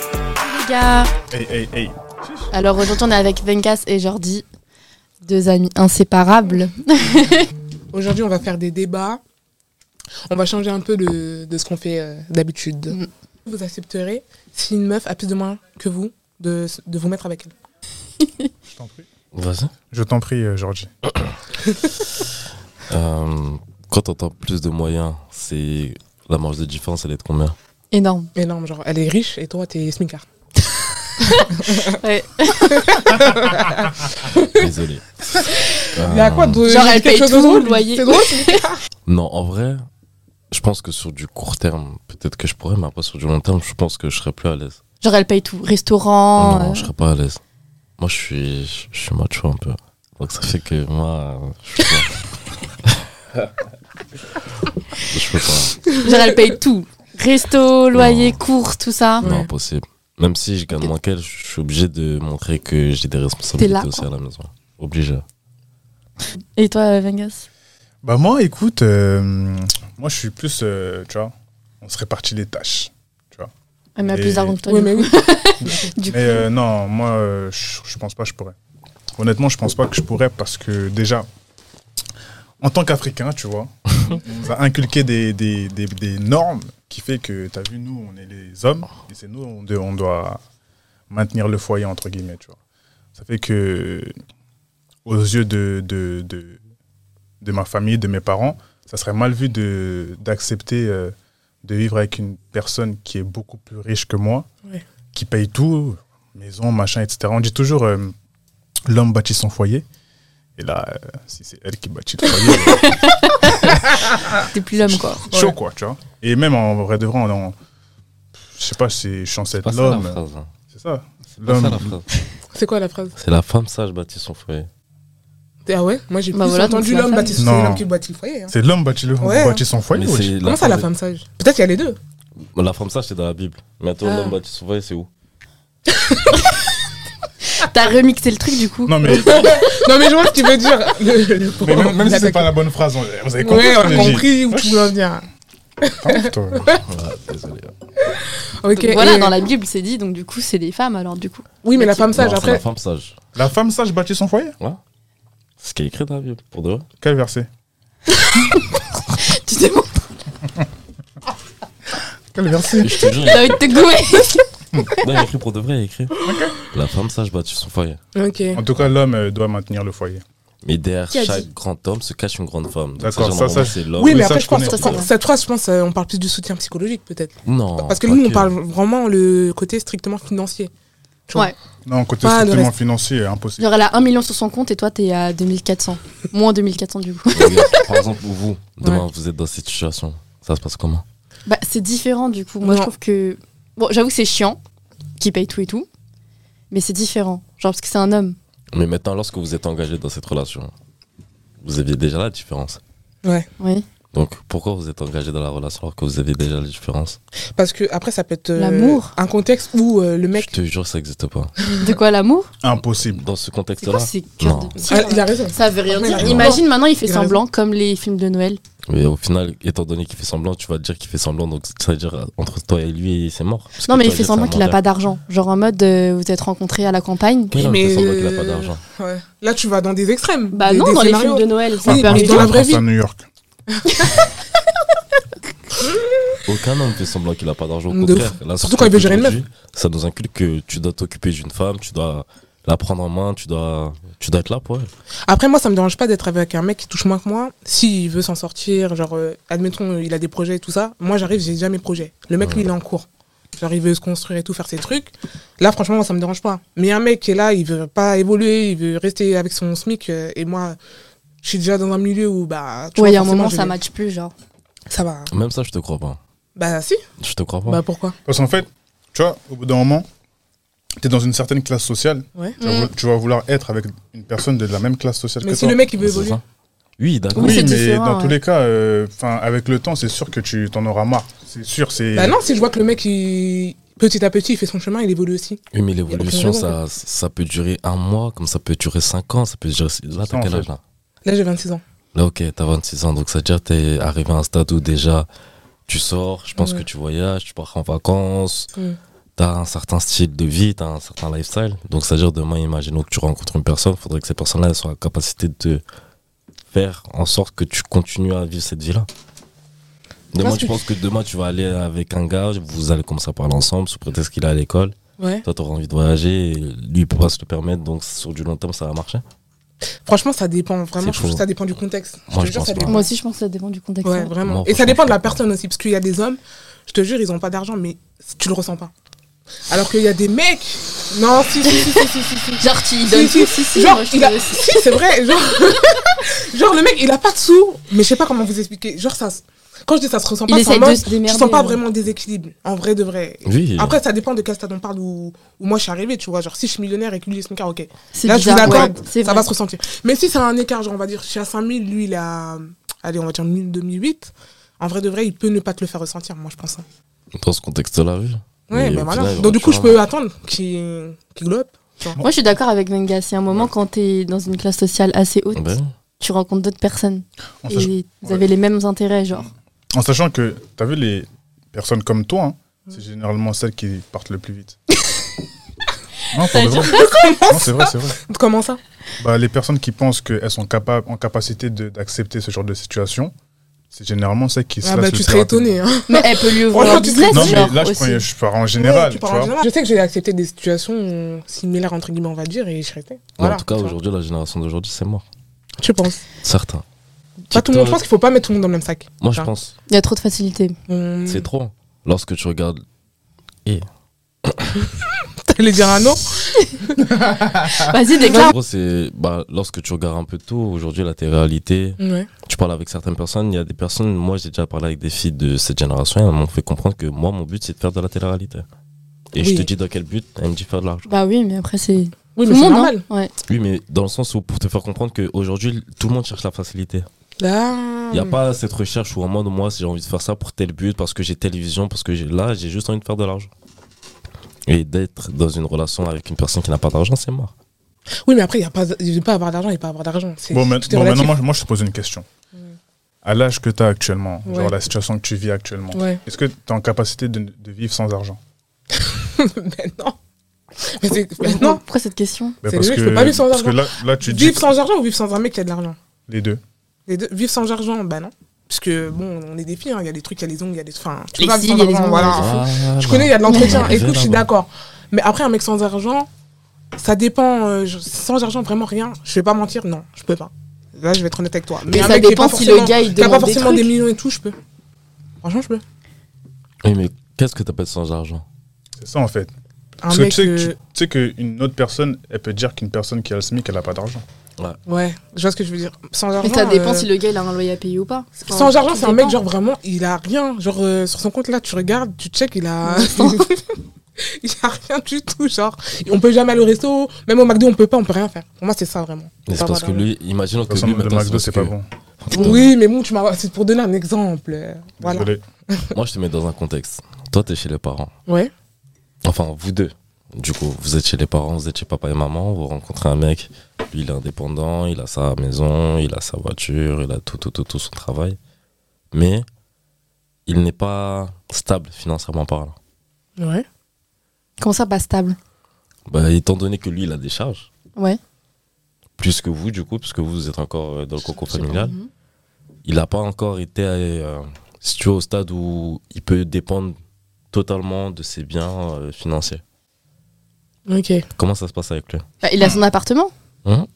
les gars Hey, hey, hey. Alors aujourd'hui on est avec Venkas et Jordi, deux amis inséparables. Aujourd'hui, on va faire des débats. On va changer un peu de, de ce qu'on fait euh, d'habitude. Mm. Vous accepterez si une meuf a plus de mains que vous de, de vous mettre avec elle Je t'en prie. Vas-y. Je t'en prie, euh, Georgie. Euh, quand t'entends plus de moyens, c'est la marge de différence, elle est de combien Énorme. Énorme, genre, elle est riche et toi, t'es smicard. Ouais. Désolé. Ah. Euh, Il y a quoi de. Genre, elle quelque paye chose tout de drôle le loyer. C'est drôle, c'est- Non, en vrai, je pense que sur du court terme, peut-être que je pourrais, mais après sur du long terme, je pense que je serais plus à l'aise. Genre elle paye tout, restaurant. non, euh, je serais pas à l'aise. Moi, je suis, je suis macho un peu. Donc ça fait que moi, euh, je peux pas. je peux pas. Genre elle paye tout. Resto, loyer, courses, tout ça. Non, Ouais. impossible. Même si je gagne moins qu'elle, je suis obligé de montrer que j'ai des responsabilités là, aussi quoi. à la maison. Obligé. Et toi Vengas Bah moi, écoute, euh, moi je suis plus, euh, tu vois, on se répartit les tâches. Elle m'a Et- plus d'argent que toi. Oui, du mais coup. oui. Du coup, Mais euh, non, moi, euh, je je pense pas que je pourrais. Honnêtement, je pense pas que je pourrais parce que déjà, en tant qu'Africain, tu vois, on nous a inculqué des, des, des- des normes qui fait que, t'as vu, nous, on est les hommes et c'est nous, on, de- on doit maintenir le foyer, entre guillemets, tu vois. Ça fait que, aux yeux de, de, de, de ma famille, de mes parents, ça serait mal vu de- d'accepter euh, de vivre avec une personne qui est beaucoup plus riche que moi qui paye tout, maison, machin, etc. On dit toujours euh, l'homme bâtit son foyer. Et là, euh, si c'est elle qui bâtit le foyer, t'es plus l'homme quoi. euh, chaud quoi, tu vois. Et même en vrai de vrai, on est en- je sais pas si je suis censé être l'homme. phrase. hein. C'est ça. C'est pas ça la L'homme. phrase. C'est quoi la phrase C'est la femme sage bâtit son foyer. Ah ouais Moi, j'ai Bah plus voilà, donc entendu c'est la l'homme femme. bâtit son Non. l'homme qui bâtit le foyer. hein. C'est l'homme bâtit, le... Ouais. bâtit son foyer. Mais ou- c'est Comment ça, la est- femme sage Peut-être qu'il y a les deux. La femme sage, c'est dans la Bible. Mais attends, Ah. l'homme bâtit son foyer, c'est où T'as remixé le truc du coup. Non mais, non, mais je vois ce que tu veux dire. mais même, même si c'est pas la bonne phrase, on- vous avez compris. Ouais, ce on que a j'ai dit. compris où Ouais, tu veux en venir. je- toi. Ouais, Désolé. Ok. Donc, voilà, et- dans la Bible c'est dit, donc du coup c'est les femmes alors du coup. Oui, mais la femme sage, Non, c'est la après. femme sage. La femme sage bâtit son foyer C'est ce qui est écrit dans la Bible, pour de vrai. Quel verset Tu t'es bon, Quel verset Je te jure, t'as envie de te gouer. il y a écrit pour de vrai, il y a écrit. La femme sage bâtit son foyer. Ok. En tout cas, l'homme euh, doit maintenir le foyer. Mais derrière Qui a chaque dit grand homme se cache une grande femme. Donc, D'accord, genre, ça, ça- normalement, c'est l'homme. Oui, Euh, Oui, mais ça, après, je je pense connais. que cette- cette phrase, je pense, euh, on parle plus du soutien psychologique, peut-être. Non. Parce que pas nous, on parle vraiment le côté strictement financier. Tu vois. Ouais. Non, côté Ah, le strictement reste. financier, impossible. Genre elle a 1 million sur son compte et toi t'es à 2400. Moins 2400 du coup. Regarde, Par exemple, vous, demain, vous êtes dans cette situation. Ça se passe comment Bah, c'est différent du coup. Moi, je Non. trouve que. Bon, j'avoue que c'est chiant, qui paye tout et tout. Mais c'est différent. Genre, parce que c'est un homme. Mais maintenant, lorsque vous êtes engagé dans cette relation, vous aviez déjà la différence. Ouais. Oui. Donc, pourquoi vous êtes engagé dans la relation alors que vous avez déjà la différence Parce que après, ça peut être euh, L'amour. un contexte où euh, le Je mec. te jure, ça n'existe pas. De quoi l'amour Impossible. Dans ce C'est quoi contexte-là, ces cœurs de Ah, il a raison. Ça veut rien Il a dire. raison. Imagine maintenant, il fait Il a semblant comme les films de Noël. Mais au final, étant donné qu'il fait semblant, tu vas te dire qu'il fait semblant, donc ça veut dire euh, entre toi et lui, c'est mort. Parce Non, que mais il toi, fait c'est semblant un qu'il a euh, menteur. pas d'argent. Genre en mode, euh, vous êtes rencontrés à la campagne. Mais non, Mais, il fait semblant qu'il a euh, pas d'argent. Ouais. Là, tu vas dans des extrêmes. Bah des- non, des dans les films scénarios. de Noël, ça Ah, Oui, peut mais arriver. dans la vraie France vie. à New York. Aucun homme fait semblant qu'il a pas d'argent. Au De contraire, fou. la Surtout société quand il veut gérer une meuf. aujourd'hui, Ça nous inculque que tu dois t'occuper d'une femme, tu dois la prendre en main, tu dois, tu dois être là pour elle. Après, moi, ça me dérange pas d'être avec un mec qui touche moins que moi. S'il veut s'en sortir, genre, euh, admettons, euh, il a des projets et tout ça. Moi, j'arrive, j'ai déjà mes projets. Le mec, lui, il est en cours. Genre, il veut se construire et tout, faire ses trucs. Là, franchement, moi, ça me dérange pas. Mais un mec qui est là, il veut pas évoluer, il veut rester avec son SMIC. euh, et moi, je suis déjà dans un milieu où, bah, Ouais, il y a un forcément, moment, je ça vais- match plus, genre. Ça va. Même ça, je te crois pas. Bah, si. Je te crois pas. Bah, pourquoi Parce qu'en fait, tu vois, au bout d'un moment, tu es dans une certaine classe sociale. Ouais. Tu, vas vouloir, tu vas vouloir être avec une personne de la même classe sociale Mm. Mais que si toi. le mec, il veut C'est évoluer. ça. Oui, d'accord. Oui, Oui, c'est mais différent, dans ouais. tous les cas, euh, 'fin, avec le temps, c'est sûr que tu t'en auras marre. C'est sûr, c'est. Bah, non, si je vois que le mec, il- petit à petit, il fait son chemin, il évolue aussi. Oui, mais l'évolution, Il y a ça, ça peut durer un mois, comme ça peut durer 5 ans, ça peut durer. Là, Ça, t'as en quel fait. âge là Là, j'ai 26 ans. Là, ok, t'as 26 ans, donc ça veut dire que t'es arrivé à un stade où déjà tu sors, je pense Ouais. que tu voyages, tu pars en vacances, Mm. t'as un certain style de vie, t'as un certain lifestyle. Donc, c'est-à-dire, demain, imaginons que tu rencontres une personne, il faudrait que cette personne-là soit en capacité de te faire en sorte que tu continues à vivre cette vie-là. Demain, Parce je que- pense que demain, tu vas aller avec un gars, vous allez commencer à parler ensemble sous prétexte qu'il est à l'école. Ouais. Toi, t'auras envie de voyager, et lui, il pourra se le permettre, donc sur du long terme, ça va marcher. Franchement, ça dépend vraiment. C'est Je trouve faux. que ça dépend du contexte. Moi, te je pense ça pas. dépend. Moi aussi, je pense que ça dépend du contexte. Ouais, hein. vraiment. Moi, Et ça franchement, dépend de la je pense personne aussi, parce qu'il y a des hommes, je te jure, ils ont pas d'argent, mais tu le ressens pas. Alors qu'il y a des mecs. Non, si, si, si, si, si, si, si. Genre, tu Si, donnes si, tout, si, si, genre, moi, je il te- a- si, c'est vrai. Genre... genre, le mec, il a pas de sous, mais je sais pas comment vous expliquer. Genre, ça. se- Quand je dis ça se ressent Il pas, essaye c'est en mode, de se tu démerder, sens pas ouais. vraiment le déséquilibre, en vrai de vrai. Oui. Après, ça dépend de quel stade on parle où, où moi je suis arrivée, tu vois. Genre, si je suis millionnaire et que lui il est smicard, ok. C'est Là, je vous bizarre, ouais, l'accorde, c'est ça vrai. va se ressentir. Mais si c'est un écart, genre, on va dire, je suis à 5000, lui, il est à, allez, on va dire 1000, 2008. En vrai de vrai, il peut ne pas te le faire ressentir, moi, je pense. hein. Dans ce contexte-là, oui. Ouais, Mais ben au voilà. final, Donc, du coup, je tu vois, peux attendre qu'il qu'il globe. Moi, je suis d'accord avec Menga. C'est un moment quand t'es dans une classe sociale assez haute, ben, tu rencontres d'autres personnes En sachant, et vous avez les mêmes intérêts, genre. en sachant que, t'as vu, les personnes comme toi, hein, c'est généralement celles qui partent le plus vite. non, pour de vrai. Non, c'est vrai, c'est vrai. Comment ça Bah, les personnes qui pensent qu'elles sont capables, en capacité de- d'accepter ce genre de situation, c'est généralement celles qui se Ah, lassent bah, le tu plus serais rapidement. étonné. Hein. Mais elle peut lui ouvrir Franchement, un tu business, Non, mais genre, là, je, aussi. prends- je pars en général. Ouais, tu tu parles en vois. général. Je sais que j'ai accepté des situations similaires, entre guillemets, on va dire, et je serais été. mais Voilà, en tout cas, tu vois. aujourd'hui, la génération d'aujourd'hui, c'est mort. Tu penses Certain. Pas tout le monde, je pense TikTok, qu'il faut pas mettre tout le monde dans le même sac. Moi, je Hein. pense. Il y a trop de facilité. Hum, C'est trop. Lorsque tu regardes. T'allais dire un nom Ah. Vas-y, En déclare. gros, c'est. Bah, lorsque tu regardes un peu tout, aujourd'hui, la télé-réalité, Ouais. tu parles avec certaines personnes. Il y a des personnes. Moi, j'ai déjà parlé avec des filles de cette génération. Elles m'ont fait comprendre que moi, mon but, c'est de faire de la télé-réalité. Et je Oui. te dis dans quel but Elle me dit faire de l'argent. Bah oui, mais après, c'est. Tout Oui, mais le c'est monde, hein. normal. Ouais. Oui, mais dans le sens où pour te faire comprendre qu'aujourd'hui, tout le monde cherche la facilité. Là. Il Mm. n'y a pas cette recherche où en mode, moi, si j'ai envie de faire ça pour tel but, parce que j'ai telle vision, parce que j'ai- là, j'ai juste envie de faire de l'argent. Et d'être dans une relation avec une personne qui n'a pas d'argent, c'est mort. Oui, mais après, il ne pas, il veut pas avoir d'argent et pas avoir d'argent. C'est- Bon, mais- tout est bon, relatif. Mm. maintenant, moi, je- moi, je te pose une question. À l'âge que tu as actuellement, Ouais. genre la situation que tu vis actuellement, Ouais. est-ce que tu es en capacité de, de vivre sans argent mais non. Mais c'est- mais non. Pourquoi cette question Ben, C'est vrai, je peux pas vivre sans parce argent. que là, là, tu dis Vivre sans argent ou vivre sans un mec qui a de l'argent les deux. Les deux- Vivre sans argent, bah non. Parce que, bon, on est des filles, hein, il y a des trucs, il y a des ongles, il y a des. Enfin, tu Les peux pas cils, il vivre y a sans les argent, ongles, voilà. Je connais, il y Ah bah, a de l'entretien. Écoute, je suis d'accord. Mais après, un mec sans argent, ça dépend. euh, je- sans argent, vraiment rien. Je vais pas mentir, non, je peux pas. Là, je vais être honnête avec toi. Mais un ça mec qui est dépend pas si le forcément- gars, il qui a pas demande des forcément des trucs. millions et tout, je peux. Franchement, je peux. Oui, mais qu'est-ce que t'appelles sans argent C'est ça, en fait. Un Parce que mec. tu sais que euh, tu- tu sais qu'une autre personne, elle peut dire qu'une personne qui a le SMIC, elle n'a pas d'argent. Ouais, je vois ce que je veux dire. Sans argent. Mais ça dépend euh, si le gars il a un loyer à payer ou pas. Sans Enfin, argent, tout c'est un mec, dépend. genre vraiment, il a rien. Genre, euh, sur son compte là, tu regardes, tu check, il a. il a rien du tout, genre. On peut jamais aller au resto, même au McDo, on peut pas, on peut rien faire. Pour moi, c'est ça vraiment. Mais C'est Pas parce que vraiment. lui, imaginons De que toute façon, lui, le maintenant, McDo, parce c'est que- pas bon. Oui, mais bon, tu m'as. C'est pour donner un exemple. euh, Voilà. Désolé. Moi, je te mets dans un contexte. Toi, t'es chez les parents. Ouais. Enfin, vous deux. Du coup, vous êtes chez les parents, vous êtes chez papa et maman, vous rencontrez un mec. Lui, il est indépendant, il a sa maison, il a sa voiture, il a tout, tout, tout, tout son travail. Mais il n'est pas stable financièrement parlant. Ouais. Comment ça, pas stable Bah, étant donné que lui, il a des charges, Ouais. plus que vous, du coup, puisque vous êtes encore euh, dans le cocon familial, il n'a pas encore été euh, situé au stade où il peut dépendre totalement de ses biens euh, financiers. Ok. Comment ça se passe avec lui Bah, Ah. il a son appartement, Hein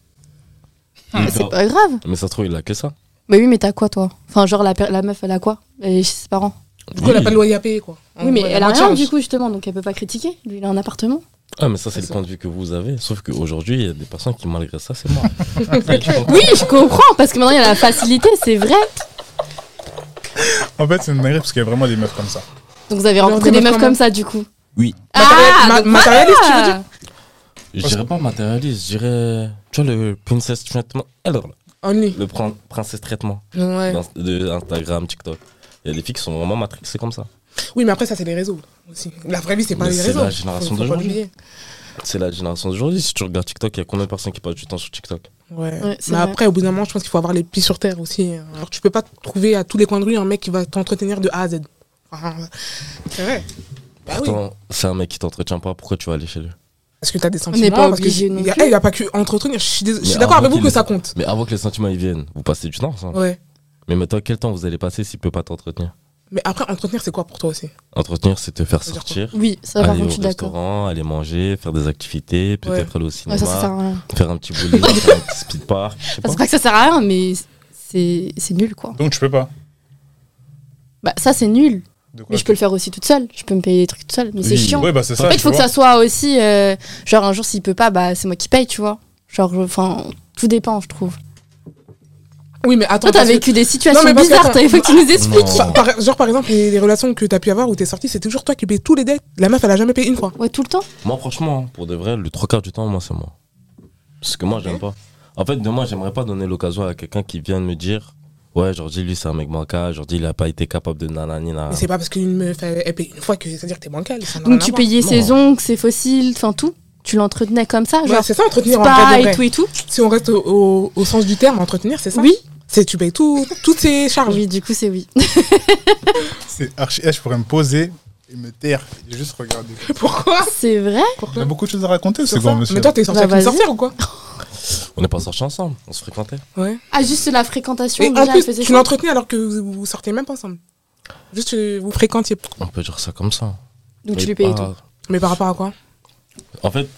Ah. Il c'est peut- pas grave. Mais ça se trouve, il a que ça. Mais oui, mais t'as quoi toi Enfin, genre la, per- la meuf, elle a quoi Elle est chez ses parents. Du coup, elle a pas de loyer à payer, quoi. En oui, mais gros, elle a moins de rien charges. du coup, justement, donc elle peut pas critiquer. Lui, il a un appartement. Ah, mais ça, c'est C'est le ça. point de vue que vous avez. Sauf qu'aujourd'hui, il y a des personnes qui, malgré ça, c'est mort. Oh. Oui, je comprends, parce que maintenant il y a la facilité, c'est vrai. En fait, c'est une dinguerie parce qu'il y a vraiment des meufs comme ça. Donc vous avez Genre rencontré des des meufs meufs comme ça, du coup Oui. Ah Ma- donc matérialiste, tu veux dire voilà. Je dirais pas matérialiste, je dirais. Tu vois, le princess traitement. Alors, Only. le prin- princess traitement Ouais. d'Inst- de Instagram, TikTok. Il y a des filles qui sont vraiment matrixées comme ça. Oui, mais après, ça, c'est les réseaux aussi. La vraie vie, c'est pas Mais les c'est réseaux. la génération Faut- faut pas d'aujourd'hui. l'oublier. C'est la génération d'aujourd'hui. Si tu regardes TikTok, il y a combien de personnes qui passent du temps sur TikTok Ouais. Ouais, c'est mais vrai. après, au bout d'un moment, je pense qu'il faut avoir les pieds sur terre aussi. Alors, tu peux pas trouver à tous les coins de rue un mec qui va t'entretenir de A à Z. Ah, C'est vrai. Bah oui. Pourtant, c'est un mec qui t'entretient pas, pourquoi tu vas aller chez lui Parce que t'as des n'est sentiments. pas parce que obligé il non y a- plus. eh, il n'y a pas que entretenir. Je suis dés- je suis Mais d'accord avant avec vous qu'il que le- ça compte. Mais avant que les sentiments ils viennent, vous passez du temps ensemble. Ouais. Mais maintenant, quel temps vous allez passer s'il peut pas t'entretenir Mais après, entretenir, c'est quoi pour toi aussi Entretenir, c'est te faire C'est-à-dire sortir, Oui, ça par aller contre, au je suis d'accord. restaurant, aller manger, faire des activités, peut-être aller au Ouais, cinéma, ça, hein. ça sert à rien. faire un petit bowling, faire un petit speed park. je sais Enfin, pas. c'est pas que ça sert à rien, mais c'est c'est nul, quoi. Donc tu peux pas. Bah, ça, c'est nul. De quoi Mais je peux le faire aussi toute seule. Je peux me payer des trucs toute seule. Mais c'est Oui. chiant. Ouais, bah c'est En ça. fait, il tu faut que vois. ça soit aussi. euh, genre, un jour, s'il peut pas, bah, c'est moi qui paye, tu vois. Genre, je- enfin, tout dépend, je trouve. Oui, mais attends. Toi, t'as parce que- vécu des situations mais parce que, bizarres, attends, t'as- il faut que Bah, tu nous expliques. Par- Non. par- genre par exemple les, les relations que t'as pu avoir où t'es sorti c'est toujours toi qui payes tous les dates la meuf elle a jamais payé une fois Ouais, tout le temps. Moi, franchement, hein, pour de vrai, le trois quarts du temps, moi, c'est moi. Parce que moi, j'aime pas. En fait, demain, j'aimerais pas donner l'occasion à quelqu'un qui vient de me dire Ouais, Jordi, lui, c'est un mec manqué, Jordi, il a pas été capable de nanani, nanana. mais c'est pas parce qu'une meuf elle, elle paye une fois que c'est à dire que t'es bancal ça n'a rien Donc, à tu voir. payais Non. ses ongles, ses fossiles, enfin, tout. Tu l'entretenais comme ça, Ouais, genre. c'est ça entretenir en spa vrai de et vrai. tout et tout. si on reste au, au- au sens du terme entretenir c'est ça Oui, c'est tu payes tout toutes ces charges oui, du coup, c'est oui. C'est archi. eh, Je pourrais me poser et me taire et juste regarder. pourquoi c'est vrai. Il a beaucoup de choses à raconter, ce Sur grand ça monsieur. mais toi t'es sorti Bah, avec une vas-y. sorcière ou quoi On n'est pas sortis ensemble, on se fréquentait. ouais Ah, juste la fréquentation. et déjà, en elle plus faisait tu ça. l'entretenais alors que vous, vous sortez même pas ensemble juste euh, vous fréquentiez On peut dire ça comme ça. Donc, Mais tu lui payais pas- tout. mais par rapport à quoi En fait,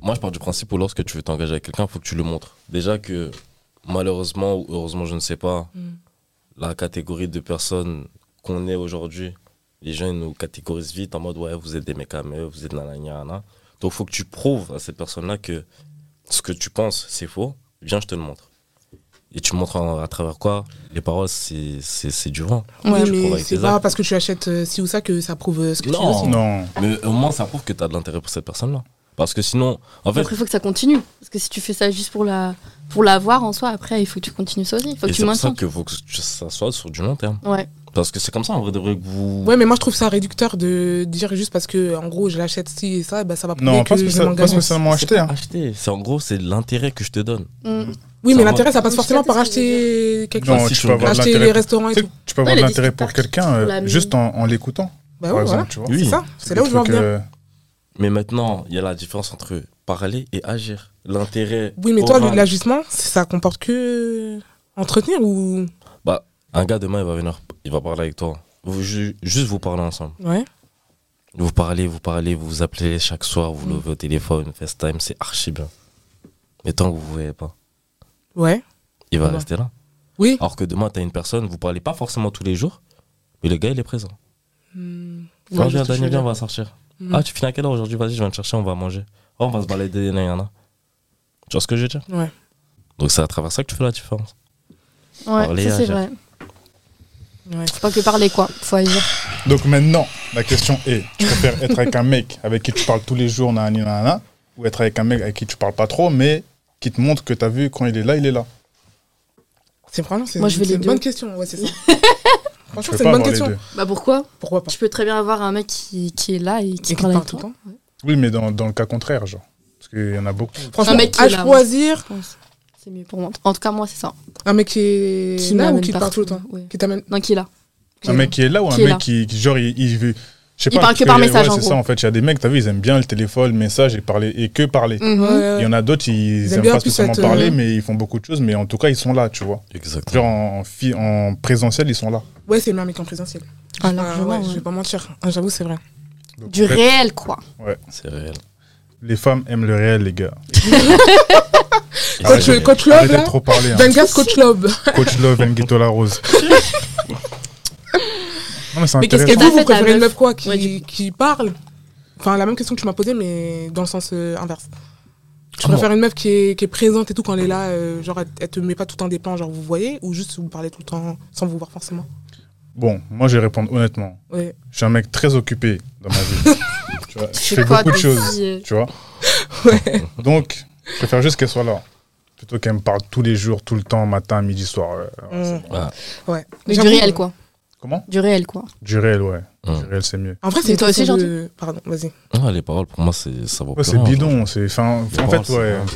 moi, je pars du principe où lorsque tu veux t'engager avec quelqu'un, il faut que tu le montres. Déjà que, malheureusement ou heureusement, je ne sais pas, Mm. la catégorie de personnes qu'on est aujourd'hui, les gens ils nous catégorisent vite en mode ouais, vous êtes des mecs à meufs, vous êtes nanana. nanana. Donc, il faut que tu prouves à cette personne-là que ce que tu penses, c'est faux. Viens, je te le montre. Et tu montres à, à travers quoi Les paroles, c'est- c'est c'est du vent. Ouais, oui tu prouves mais avec c'est tes pas actes. parce que tu achètes euh, ci ou ça que ça prouve euh, ce que tu Non. veux aussi. Non. Mais au moins, ça prouve que tu as de l'intérêt pour cette personne-là. Parce que sinon, en fait, Après, il faut que ça continue. Parce que si tu fais ça juste pour la pour l'avoir en soi, après, il faut que tu continues ça aussi. Il faut que Et tu c'est pour ça maintiens. qu'il faut que ça soit sur du long terme. Ouais. Parce que c'est comme ça, en vrai, de vrai, que vous. Ouais, mais moi je trouve ça réducteur de dire juste parce que en gros je l'achète ci et ça, bah, ça va prouver Non, que pas je spécial- pas m'engage. spécialement C'est acheté. pas hein. acheter. C'est en gros, c'est l'intérêt que je te donne. Mm. Oui, mais Ça l'intérêt ça passe Je forcément sais par ce que tu acheter quelque Non, chose. si tu je peux avoir de Acheter les l'intérêt. restaurants et Tu sais tout. que tu peux avoir Ouais, de la l'intérêt discute pour par- quelqu'un pour euh, la- juste en, en l'écoutant, Bah par ouais, voilà. exemple, tu vois. Oui. C'est ça, c'est là où des je veux en trucs, venir. euh, Mais maintenant, il y a la différence entre parler et agir. L'intérêt. Oui, mais toi, oral. l'ajustement, ça comporte que entretenir ou. Bah, un gars demain, il va venir. Il va parler avec toi. Vous, ju- juste vous parler ensemble. Ouais. Vous parlez, vous parlez, vous vous appelez chaque soir, vous Mm. levez au téléphone, FaceTime, c'est archi bien. Mais tant que vous ne voyez pas, Ouais. il va Ouais. rester là. Oui. Alors que demain, tu as une personne, vous parlez pas forcément tous les jours, mais le gars, il est présent. Hmm. Viens, Ouais, je viens, te- je Daniel, te- viens, on va sortir. Mm. Ah, tu finis à quelle heure aujourd'hui Vas-y, je viens te chercher, on va manger. Oh, on va se balader, nan, nan, nan. Tu vois ce que je veux dire Ouais. Donc, c'est à travers ça que tu fais la différence. Ouais, Parler, ça, c'est agir. vrai. Ouais. Faut pas que parler, quoi. Faut agir. Donc maintenant, la question est tu préfères être avec un mec avec qui tu parles tous les jours, nanani, nanana, ou être avec un mec avec qui tu parles pas trop, mais qui te montre que t'as vu quand il est là, il est là C'est vraiment c'est Moi, je veux c'est les une deux. bonne question. Ouais, c'est ça. Franchement, Tu peux c'est pas une bonne avoir les question. deux. Bah, pourquoi Pourquoi pas Tu peux très bien avoir un mec qui, qui est là et qui Et parle parle avec tout le toi. temps. Oui, mais dans, dans le cas contraire, genre. Parce qu'il y en a beaucoup. Franchement, mec qui à est là, ouais. choisir, je pense. C'est mieux pour moi. En tout cas, moi, c'est ça. un mec qui est là ou m'amène qui parle partout. tout le temps Ouais. Qui t'amène. Non, qui est là. Ah, Un mec qui est là ou un Qui est là. mec qui, qui, genre, il, il veut. Je sais Il pas, parle parce que par ouais, message, en C'est gros. ça, en fait. Il y a des mecs, t'as vu, ils aiment bien le téléphone, le message et parler, et que parler. Mhm. Ouais, ouais, Il y en a d'autres, ils, Ils aiment aiment bien pas plus spécialement être, parler, euh, mais ils font beaucoup de choses, mais en tout cas, ils sont là, tu vois. Exactement. Genre, en, fi- en présentiel, ils sont là. Ouais, c'est mieux un mec en présentiel. Ah, Ah, largement, ouais, Je ouais. vais pas mentir. Ah, J'avoue, c'est vrai. Donc, Du en fait, réel, quoi. C'est réel. les femmes aiment le réel, les gars. Et Coach- c'est Coach, coach Love, réel. Ben- Arrêtez de là. trop parler. hein. Dungas, coach Love. Coach Love and Ghetto La Rose. non, mais c'est Mais qu'est-ce intéressant. que T'as vous, vous fait ta préférez une meuf. meuf quoi qui, Ouais, du qui parle Enfin, la même question que tu m'as posée, mais dans le sens euh, inverse. Tu Ah bon préfères une meuf qui est, qui est présente et tout quand elle est là, euh, genre elle, elle te met pas tout le temps des plans, genre vous voyez, ou juste vous parlez tout le temps sans vous voir forcément Bon, moi, je vais répondre honnêtement. Ouais. Je suis un mec très occupé dans ma vie. Tu vois, je fais quoi, beaucoup de t'es choses, si, euh, tu vois. Donc, je préfère juste qu'elle soit là. Plutôt qu'elle me parle tous les jours, tout le temps, matin, midi, soir. euh, alors, c'est- Mm. Ah. Ouais. Mais du J'avoue, réel, quoi. Comment Du réel, quoi. Du réel, ouais. Mm. Du réel, c'est mieux. En vrai, Mais c'est toi aussi, question Jordi de- Pardon, vas-y. Ah, les paroles, pour moi, c'est- ça vaut Ouais, plus c'est rien, genre. bidon. C'est, enfin, Les en paroles, fait, c'est ouais. rien.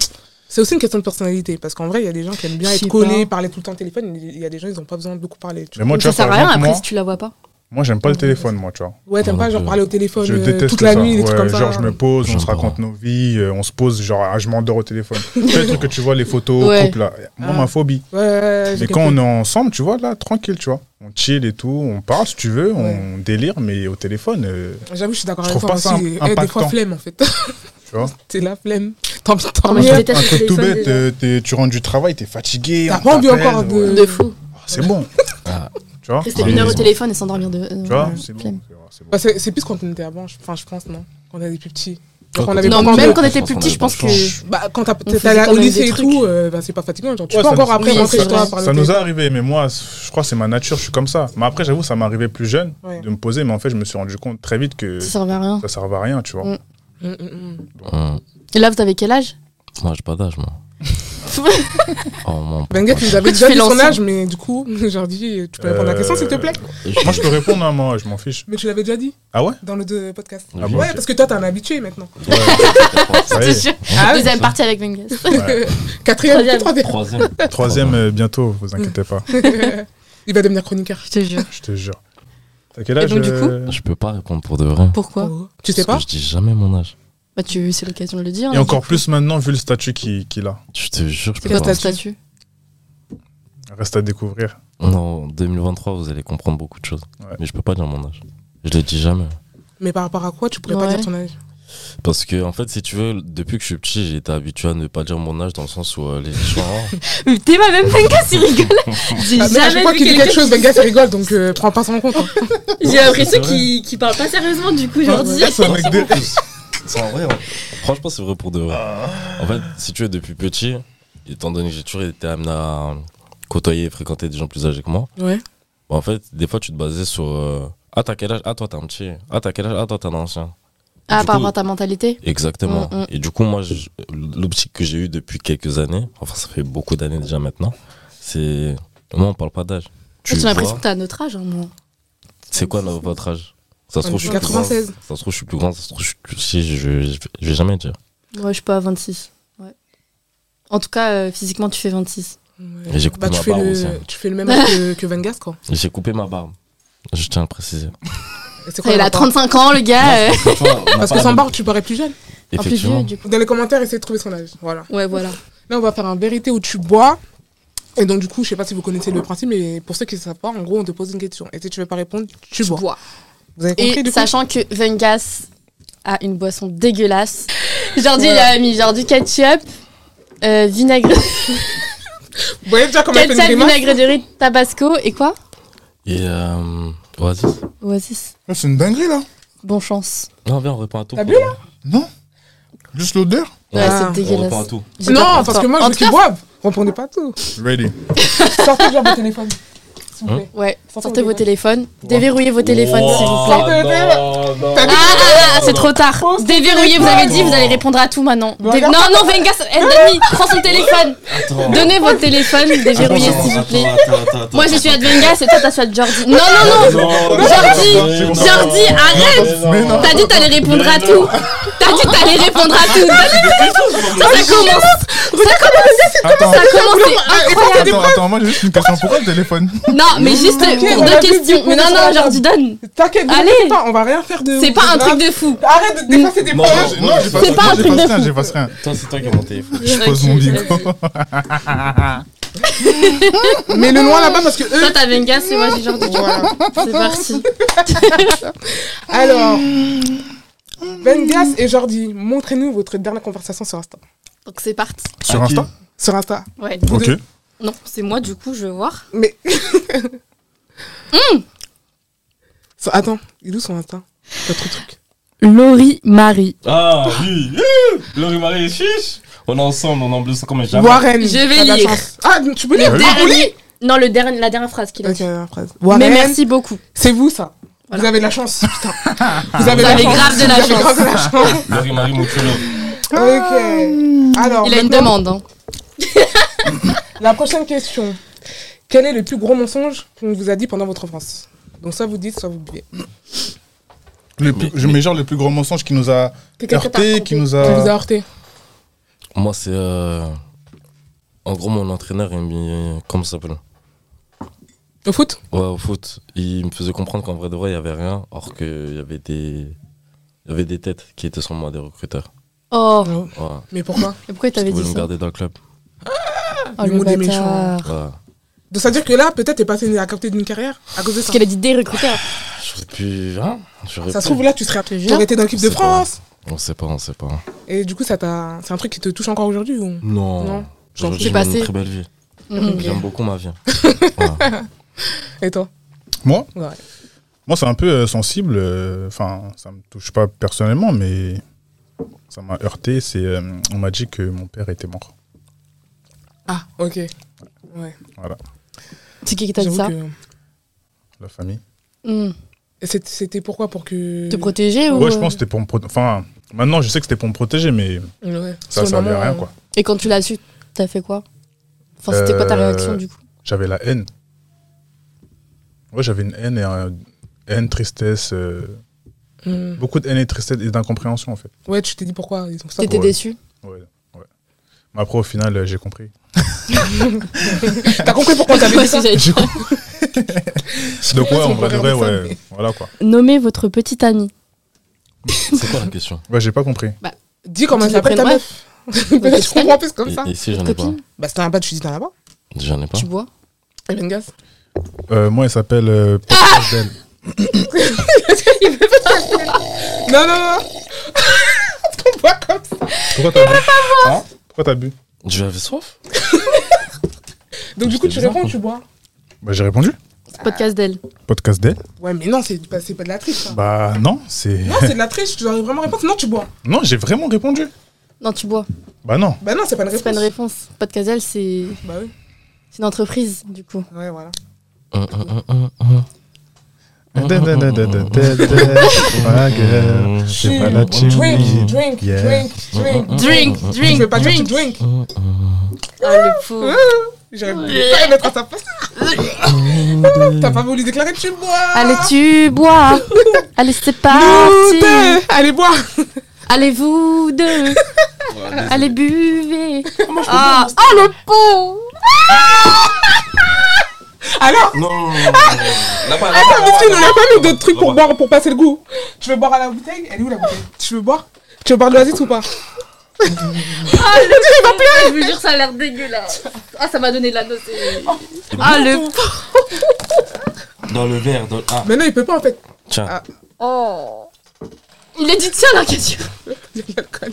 C'est aussi une question de personnalité, parce qu'en vrai, il y a des gens qui aiment bien Je sais être collés, pas. parler tout le temps au téléphone, il y a des gens, ils ont pas besoin de beaucoup parler. tu Mais moi, Donc tu ça vois, sert par à rien exemple, après moi, si tu la vois pas. Moi, j'aime pas le téléphone, moi, tu vois. Ouais, t'aimes Moi pas non genre plus. parler au téléphone Je euh, déteste toute la ça. nuit, les trucs Ouais, comme ça. hein. genre, je me pose, on J'aime se pas. raconte nos vies, euh, on se pose, genre, ah, je m'endors au téléphone. tu sais, le truc que tu vois, les photos, Ouais. couple, là. Moi, Ah. ma phobie. Ouais, ouais, ouais, j'ai Mais quand on capté. est ensemble, tu vois, là, tranquille, tu vois. On chill et tout, on parle si tu veux, on délire, mais au téléphone, euh, J'avoue, je suis d'accord je avec trouve toi pas ça aussi. im- Eh, des impactant. fois, flemme en fait. tu vois. T'es la flemme. Tant pis, tant Non, Ah, mais mieux. je Un déteste le truc tout téléphone, bête, déjà. euh, t'es- tu rentres du travail, t'es fatigué. T'as on pas envie t'appelle, encore de- ouais. De fou. Ah, C'est bon. Ah. Tu vois Rester Ah, une heure au oui. téléphone et s'endormir de. Tu vois, c'est flemme. bon. c'est bon, c'est bon. Bah, c'est c'est plus quand on était avant, je- enfin, je pense, non Quand on était plus petit. Ouais, on avait Non, pas encore même de- quand on était Je plus pense petit, qu'on je pense que. avait pas Bah, quand t'as- faisait t'es allé quand au même lycée des et trucs. tout, euh, bah, c'est pas fatigant. Genre, tu Ouais, peux ça encore nous- après oui, rentrer c'est chez toi vrai. par le Ça nous est téléphone. arrivé, mais moi, je crois que c'est ma nature, je suis comme ça. Mais après, j'avoue, ça m'est arrivé plus jeune Ouais. de me poser, mais en fait, je me suis rendu compte très vite que Ça servait à rien. ça servait à rien, tu vois. Mm. Hum, hum, hum. Hum, Et là, vous avez quel âge Moi, j'ai pas d'âge, moi. Oh, mon Benguet, Ben, tu nous avais Tu déjà fais dit son lancer. âge, mais du coup, aujourd'hui, tu peux répondre à la question, s'il te plaît. Je- Euh, Moi, je peux répondre, hein, moi, je m'en fiche. Mais tu l'avais déjà dit Ah ouais dans le deux- podcast. Ah bon ouais, parce que toi, t'es un habitué maintenant. Ça y est. Ah oui. Deuxième partie avec Vengas. Ouais. Quatrième, Troisième. troisième. Troisième. Troisième, euh, bientôt, vous inquiétez pas, Il va devenir chroniqueur. Je te jure. je te jure. T'as quel Et âge donc, du euh, Je peux pas répondre pour de vrai. Pourquoi Oh. Tu sais pas Parce que je dis jamais mon âge. Bah, tu, c'est l'occasion de le dire. Et hein. encore plus maintenant, vu le statut qu'il qu'il a. Je te jure, C'est je peux quoi pas. ton statut Reste à découvrir. Non, en 2023, vous allez comprendre beaucoup de choses. Ouais. Mais je peux pas dire mon âge. Je le dis jamais. Mais par rapport à quoi tu pourrais pas Ouais. dire ton âge Parce que, en fait, si tu veux, depuis que je suis petit, j'ai été habitué à ne pas dire mon âge dans le sens où euh, les gens. Mais t'es ma même Vengas, il rigole. J'ai Ah, mais à chaque fois qu'il dit quelque chose, Benga, il rigole, donc euh, prends pas ça en compte. hein. J'ai l'impression C'est vrai. qu'il qu'il parle pas sérieusement du coup, Ah, ouais, c'est un mec dé- C'est en vrai. Franchement, c'est vrai pour de vrai. En fait, si tu veux, depuis petit, étant donné que j'ai toujours été amené à côtoyer et fréquenter des gens plus âgés que moi, Ouais. bah, en fait, des fois, tu te basais sur. euh, ah, t'as quel âge Ah, toi, t'es un petit. Ah, t'as quel âge Ah, toi, t'es un ancien. Ah, par Du coup, rapport à ta mentalité Exactement. Mm, mm. Et du coup, moi, je- l'optique que j'ai eue depuis quelques années, enfin, ça fait beaucoup d'années déjà maintenant, c'est. Moi, on parle pas d'âge. Tu J'ai vois, l'impression que t'as notre âge, hein, moi. C'est quoi no- votre âge ça se, trouve, je suis plus grand, 96. ça se trouve, je suis plus grand, ça se trouve, je, suis- si, je, je, je- je vais jamais dire. Ouais, je suis pas à 26. Ouais. En tout cas, euh, physiquement, tu fais 26. Et j'ai coupé Bah, ma tu, fais barbe aussi, hein. le, tu fais le même âge que, que Vengas, quoi. Et J'ai coupé ma barbe. Je tiens à le préciser. Et c'est Ça, le il a rapport 35 ans, le gars. euh. Parce Parce que sans barbe, tu parais plus jeune. En plus Effectivement. vieux, du coup. Dans les commentaires, essayez de trouver son âge. Voilà. Ouais, voilà. Là, on va faire un vérité où tu bois. Et donc, du coup, je sais pas si vous connaissez le principe, mais pour ceux qui ne savent pas, en gros, on te pose une question. Et si tu veux pas répondre, tu bois. Bois. Vous avez compris, Et du coup sachant que Vengas a une boisson dégueulasse. euh, Jordi, il a mis genre du ketchup, euh, vinaigre, Vous voyez déjà comment elle fait ketchup, une grimace vinaigre de riz, tabasco et quoi Et euh, Oasis Oasis. Ah, C'est une dinguerie, là Bon chance. Non, viens, on répond à tout. T'as pour bu, vrai. Non Juste l'odeur Ouais, c'est Ah, On répond à dégueulasse. tout. J'ai Non, pas parce peur. que moi, En je veux tout cas, qu'ils boivent. Répondez pas à tout. Ready. Sortez genre vos téléphones. S'il vous Hein plaît. Ouais, Sortez sortez vos vos téléphones, déverrouillez vos téléphones s'il vous plaît. Sortez vos téléphones. Ah, ah, ah, c'est trop tard. Déverrouillez, vous avez dit, vous allez répondre à tout maintenant. Bon, Dé- Non, alors- non, Vengas, Endami, prends son téléphone. Donnez votre téléphone, déverrouillez Attends, s'il vous plaît. attends, attends, attends, attends. Moi, je suis à Vengas et toi, t'as celui de Jordi. Non, non, non, Jordi, non. Jordi, arrête. Mais non T'as dit t'allais répondre à tout. T'as dit t'allais répondre à tout. Ça, ça commence. Attends, Ça commence. c'est incroyable. attends, attends, moi j'ai juste une question. Pourquoi le téléphone Non, mais juste Ok, pour on a deux vu le questions. coup, Mais non, on a non, vu la Jordi, donne. T'inquiète, vous Allez. inquiétez pas, on va rien faire de. C'est pas un truc de fou. Arrête de dépasser des Non, points. non, Non, j'ai pas C'est pas un rien, truc de j'efface rien, fou. j'efface rien. Toi, c'est toi qui as mon téléphone. Je pose mon bico. Mais le noir là-bas, parce que Toi, eux. t'as Vengas et moi, j'ai Jordi. Voilà. C'est parti. Alors. Bengas et Jordi, montrez-nous votre dernière conversation sur Insta. Donc, c'est parti. Sur Insta Sur Insta. Ouais. Ok. Non, c'est moi, du coup, je veux voir. Mais. Hmm. So- Attends, il est où son Insta Votre truc. Laurie Marie. Ah, oui. Laurie Marie et Chiche. On est ensemble, on est en bleu comme jamais. Warren. Je vais t'as de la lire. chance. Ah, tu peux lire Le Ah, vous lisez Dernier. Non, le dernier, la dernière phrase qu'il a Ok, dit. la phrase. Mais Warren, merci beaucoup. c'est vous ça. Voilà. Vous avez de la chance, putain. Vous avez, Vous de avez chance. grave de la Vous avez grave de la chance. Laurie Marie Moutoulo. ok. Alors, Il a une maintenant, demande. hein. La prochaine question. Quel est le plus gros mensonge qu'on vous a dit pendant votre enfance Donc soit vous dites, soit vous buvez. Le plus- je mets genre le plus gros mensonge qui nous a heurté, qui Euh. nous Qui vous a a. heurté Moi, c'est. euh, En gros, mon entraîneur, il me. Comment ça s'appelle Au foot Ouais, au foot, il me faisait comprendre qu'en vrai de vrai, il n'y avait rien, or qu'il y avait des. Il y avait des têtes qui étaient sur moi, des recruteurs. Oh, Oh. Ouais. Mais pourquoi et pourquoi Parce t'avais qu'ils dit voulaient me ça garder dans le club. Oh, le L'humour des bâtard. Ah. Ouais. Donc ça veut dire que là, peut-être, t'es passé à côté d'une carrière à cause de Parce ça. qu'elle a dit des recruteurs. J'aurais pu. Hein J'aurais Ça se pu. trouve, là, tu serais jure. t'aurais été dans l'équipe de C'est pas- France. On sait pas, on sait pas. Et du coup, ça t'a. C'est un truc qui te touche encore aujourd'hui ou... Non. Non. Aujourd'hui, C'est je mène passé. une très belle vie. Mhm. J'aime beaucoup ma vie. hein. Ouais. Et toi Moi Ouais. Moi, c'est un peu euh, sensible. euh, Enfin, ça me touche pas personnellement, mais ça m'a heurté. C'est, euh, on m'a dit que mon père était mort. Ah, ok. Ouais. Voilà, C'est qui qui t'a dit J'avoue ça que- la famille. Hmm. Et c'est- C'était pourquoi Pour que. Te protéger ou Oh. Ouais, je euh, pense que c'était pour me protéger. Enfin, maintenant, je sais que c'était pour me protéger, mais Ouais. Sur ça le servait à moment, rien, euh, quoi. Et quand tu l'as su, t'as fait quoi Enfin, c'était quoi ta Euh, réaction du coup J'avais la haine. Ouais, j'avais une haine et un- haine, tristesse. euh, hmm. beaucoup de haine et tristesse et d'incompréhension, en fait. Ouais, tu t'es dit pourquoi ils ont fait ça. T'étais ouais. déçu Ouais, ouais. Mais après, au final, euh, j'ai compris. T'as compris pourquoi t'avais Ouais, dit ça c'est- j'allais dire. Donc, ouais, Ils en sont vrai, de vrai, pas regarder ça, ouais. mais- Voilà, quoi. Nommez votre petite amie. C'est quoi la question Ouais, j'ai pas compris. Dis comment Tu elle s'appelle ta l'apprennes, meuf. Peut-être je comprends plus comme ça. Et- Ici, j'en ai pas. Copine, Bah, c'était un bas, tu dis t'en as pas. J'en ai pas. tu bois Hélène Gas. Euh, moi, elle s'appelle euh, Paul Cardel. Non, non, non. Qu'on voit comme ça. Pourquoi t'as bu Hein Pourquoi t'as bu Tu avais soif Donc, du coup, tu C'est bizarre, réponds, hein. tu bois. Bah, j'ai répondu. Podcast d'elle. Podcast d'elle Ouais, mais non, c'est pas, c'est pas de la triche. ça. Bah, non, c'est. Non, c'est de la triche, tu dois vraiment répondre, sinon tu bois. Non, j'ai vraiment répondu. Non, tu bois. Bah, non. Bah non, c'est pas une C'est pas réponse. une réponse. Podcast d'elle, c'est Bah oui, c'est une entreprise du coup. ouais, voilà. Hum, hum, hum, hum, Swagger, hum. c'est pas la chimie. Drink, drink, Yeah. drink, drink. Oh, Drink, Je vais drink, pas dire tu drink. drink. Hum, hum. Ah, le pauvre. J'aurais pas mettre à sa place. T'as pas voulu déclarer, tu bois. Allez, tu bois. Allez, c'est parti. Nous deux, Allez, bois. Allez, vous deux. Allez, buvez. Ah, ah, le pauvre. Alors, Non Ah. Bah, attends, monsieur, on n'a pas mis d'autres trucs pour boire, pour passer le goût. Tu veux boire à la bouteille Elle est où la bouteille Tu veux boire Tu veux boire de l'oasis ou pas Ah, le pauvre. Je vous jure, ça a l'air dégueulasse. Ah, ça m'a donné de la nausée. Oh. Ah, le pauvre. Dans le verre, dans le. Ah, Mais non, il peut pas en fait. tiens. Oh. Il a dit tiens, la question. Il y a de l'alcool.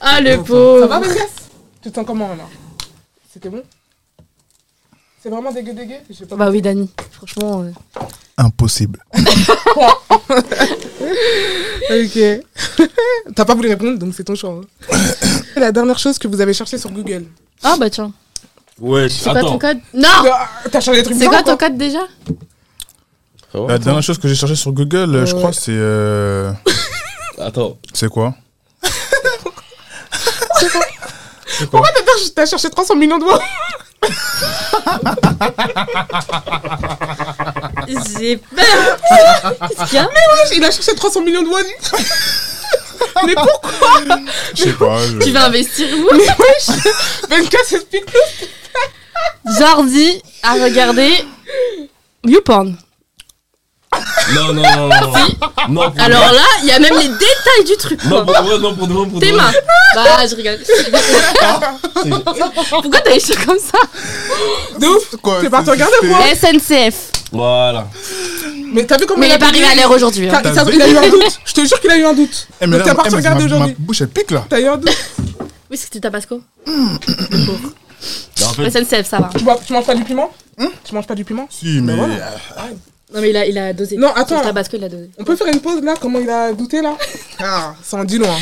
Ah, le Ça va, pauvre. Vegas Tu te sens comment alors C'était bon C'est vraiment dégueu dégueu Je sais pas. Bah oui, Dani. Franchement. euh, Impossible. Ok. T'as pas voulu répondre, donc c'est ton choix. hein. la dernière chose que vous avez cherché sur Google. Ah, bah tiens. Ouais, C'est quoi ton code Non Ah, T'as cherché des trucs C'est quoi bizarres, ton code déjà La dernière chose que j'ai cherchée sur Google, euh, je Ouais. crois, c'est. euh, Attends. C'est quoi Attends, T'as cherché 300 millions de mots Ah. J'ai peur Qu'est-ce qu'il y a Il a cherché 300 millions de mots Mais pourquoi Je sais pas. je- Tu vas investir où Mais wesh Vegas Ben, explique tout Jordi a regardé YouPorn. Non, non, non, non. Non, pour Alors là, il y a même les détails du truc. Non, quoi. pour de vrai, non, pour de vrai, pour de Tes vrai. mains. Bah, je rigole. Pourquoi t'as les cheveux comme ça de ouf Quoi, T'es parti regarder c'est- moi SNCF. Voilà. Mais t'as vu comment Mais il a est pas bugué arrivé à l'heure aujourd'hui. hein. T'as- t'as- Il a eu un doute Je te jure qu'il a eu un doute Eh, mais Donc là, t'es ma- parti eh, mais regarder ma- Ma aujourd'hui bouche, elle pique là. T'as eu un doute Oui, c'était Tabasco. En fait, SNCF, ça va. Tu bois- Tu manges pas du piment Hmm Tu manges pas du piment Si, mais. Non, mais il a, il a dosé. Non, attends. Sur Tabasco, il a dosé. On peut faire une pause là Comment il a douté là Ah, ça en dit long. hein.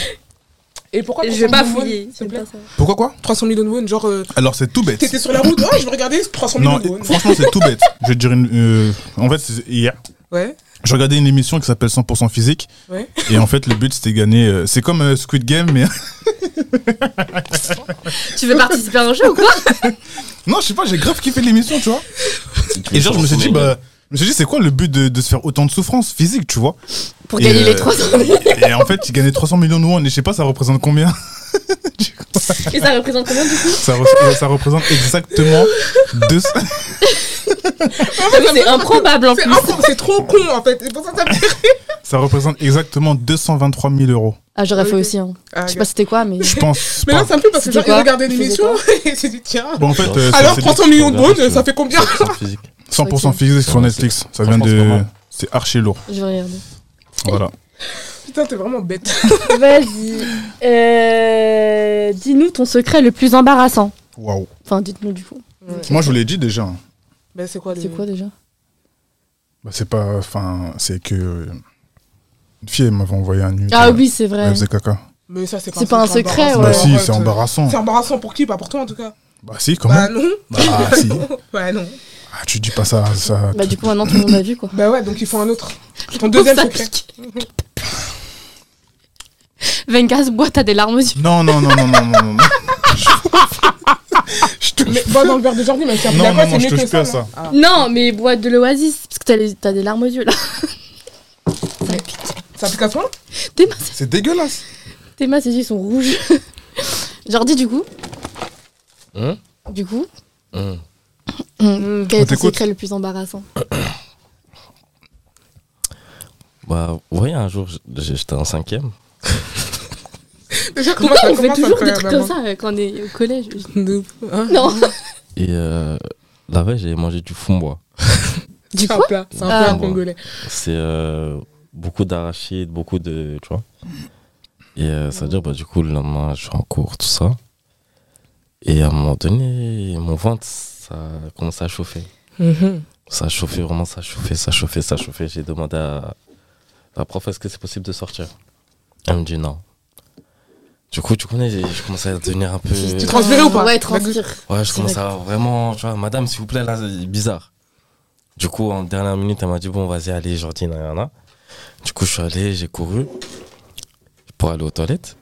Et pourquoi Je vais pas 300 millions de fouiller. won, s'il te plaît Pourquoi quoi 300 millions de won, genre euh, Alors, c'est tout bête. t'étais sur la route, oh je vais regarder 300 millions Non, de won. franchement, c'est tout bête. Je vais te dire une. euh, En fait, c'est hier. Ouais, Je regardais une émission qui s'appelle 100% physique. ouais. Et en fait, le but, c'était de gagner. euh, C'est comme euh, Squid Game, mais. Tu veux participer à un jeu ou quoi Non, je sais pas, j'ai grave kiffé l'émission, tu vois. Et genre, je me suis dit, bah. Je me suis dit, c'est quoi le but de, de se faire autant de souffrance physique, tu vois Pour Et gagner euh, les 300 000. Et en fait, il gagnait 300 millions de won, et je sais pas, ça représente combien Et ça représente combien du coup Ça, re- ça représente exactement 200. Ah oui, C'est improbable en C'est plus. un- C'est trop con en fait. C'est pour ça que ça me fait- Ça représente exactement 223 000 euros. Ah, j'aurais fait aussi. hein. Ah, Je sais gars. pas c'était quoi, mais. Je pense. Mais pas. non, ça me plaît parce que C'était genre, ils quoi regardaient C'était l'émission quoi et ils se disent tiens. Bon, en fait, euh, ça, Alors c'est des 300 millions de Regarde, bonnes, je- ça fait combien 100% physique. 100% physique sur Netflix. Ça vient de. C'est archi lourd. Je vais regarder. Voilà. Putain, t'es vraiment bête. Vas-y. Euh, Dis-nous ton secret le plus embarrassant. Waouh. Enfin, dites-nous du coup. Moi, je vous l'ai dit déjà. hein. Ben, c'est quoi le. C'est quoi déjà Bah, c'est pas. Enfin, c'est que. euh, Une fille elle m'avait envoyé un nu. Ah euh, oui, c'est vrai. Elle faisait caca. Mais ça, c'est pas C'est pas un secret, embarrassant. ouais. Bah, si, Arrête. c'est embarrassant. C'est embarrassant pour qui Pas pour toi en tout cas. Bah, si, Bah comment non. Bah, si. Bah non. Ah, tu dis pas ça. ça... Bah, du coup, maintenant tout le monde a vu quoi. Bah ouais, donc il faut un autre. Ton deuxième Ça secret. pique. Vengas, bois, t'as des larmes aux yeux. Non, non, non, non, non, non, non. non. je te Mais bah, dans le verre de Jordi, même si Non, la non, non, c'est je mieux que touche ça. plus à non Ah. Non, mais bois de l'oasis, parce que t'as les- t'as des larmes aux yeux là. Ça pique. Ça pique à toi Tes mains, C'est dégueulasse. tes mains, ses yeux sont rouges. Jordi, du coup, Hein du coup, Mm. Hum. Mm. quel est ton t'écoute. secret le plus embarrassant Bah, vous voyez, un jour, j- j'étais en cinquième. Déjà, comment Pourquoi ça on fait commence toujours après, des trucs maman comme ça euh, quand on est au collège De- hein Non. Et euh, la veille, j'avais mangé du fumbois. Du C'est un quoi plat, c'est un Ah. plat congolais. C'est euh, beaucoup d'arachides, beaucoup de. Tu vois Et euh, ça veut dire, bah, du coup, le lendemain, je suis en cours, tout ça. Et à un moment donné, mon ventre, ça commence à chauffer. Ça chauffait vraiment, ça chauffait, ça chauffait, ça chauffait. J'ai demandé à la prof est-ce que c'est possible de sortir Elle me dit non. Du coup, tu connais, je commençais à devenir un peu. Euh, Tu transpirais ou pas Ouais, transpire. Ouais, je C'est commençais à vraiment. Tu vois, madame, s'il vous plaît, là, c'est bizarre. Du coup, en dernière minute, elle m'a dit bon, vas-y, allez, Jordi, nan, nan, nan. Du coup, je suis allé, j'ai couru pour aller aux toilettes.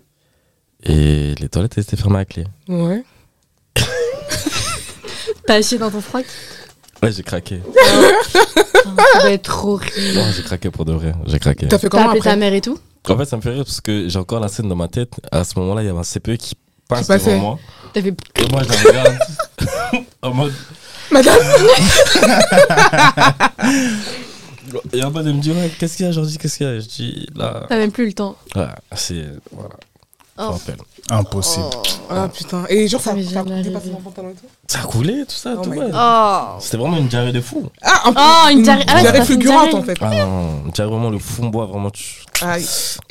Et les toilettes, elles étaient fermées à clé. Ouais. T'as chié dans ton froc Ouais, j'ai craqué. Ça doit être trop horrible. Non, j'ai craqué pour de vrai. J'ai craqué. T'as fait T'as comment appelé ta après mère et tout En fait, ça me fait rire parce que j'ai encore la scène dans ma tête. À ce moment-là, il y avait un CPE E qui passe passait. devant moi. T'as fait. Et moi, je la regarde. en mode. Madame Et en mode, elle me dit Ouais, qu'est-ce qu'il y a, Jordi Qu'est-ce qu'il y a Je dis Là. T'as même plus le temps. Voilà, c'est. Voilà, je me Oh. rappelle. Impossible. Ah putain. Et genre, ça Ça m'est ça jamais dépassé arrivé. mon pantalon et tout. Ça a coulé, tout ça, Oh tout my ouais. God. Oh. C'était vraiment une diarrhée de fou. Ah, en- Oh, une diarrhée- ah ouais, ça fait une fulgurante diarrhée. en fait. Ah non, une diarrhée vraiment le fou bois, vraiment. tu- Aïe.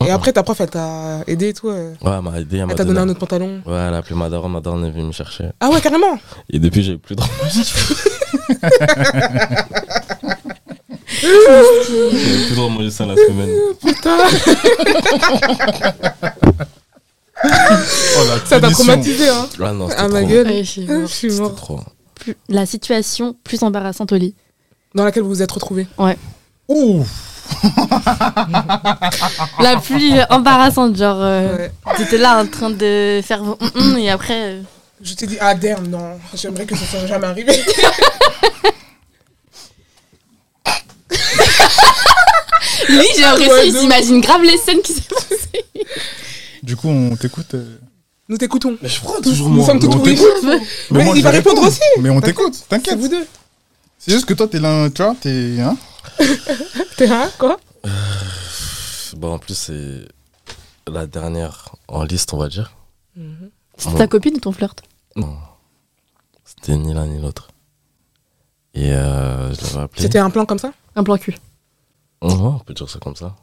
Et après, ta prof, elle t'a aidé et tout. euh. Ouais, elle m'a aidé, elle m'a Elle t'a donné un donné- autre pantalon. Ouais, elle a appelé ma daronne, ma daronne est venue me chercher. Ah ouais, carrément Et depuis, j'ai plus de J'avais plus de manger ça la semaine. Oh, la Ça t'a punition. traumatisé, hein Ah non, c'était Ah ma trop. gueule. Ouais, je suis Je mort. suis C'était mort. trop. Plus- La situation plus embarrassante au lit. Dans laquelle vous vous êtes retrouvés. Ouh. La pluie embarrassante, genre. euh, Ouais. T'étais là en train de faire. vos hum, hum et après. euh, Je t'ai dit, ah damn, non, j'aimerais que ça soit jamais arrivé. Lui, j'ai l'impression Ouais, il de s'imagine grave les scènes qui se passent. Du coup, on t'écoute. euh, Nous t'écoutons. Mais je prends toujours Nous sommes mais tous on oui. t'écoute. Mais moi, il je va vais répondre aussi. Mais on t'écoute, C'est t'inquiète. vous deux. C'est juste que toi, t'es là, tu vois, t'es. Hein T'es un quoi Bon, Bah, en plus, c'est la dernière en liste, on va dire. C'était ta copine ou ton flirt Non. C'était ni l'un ni l'autre. Et euh, je l'avais appelé. C'était un plan comme ça Un plan cul. Ouais, on peut dire ça comme ça.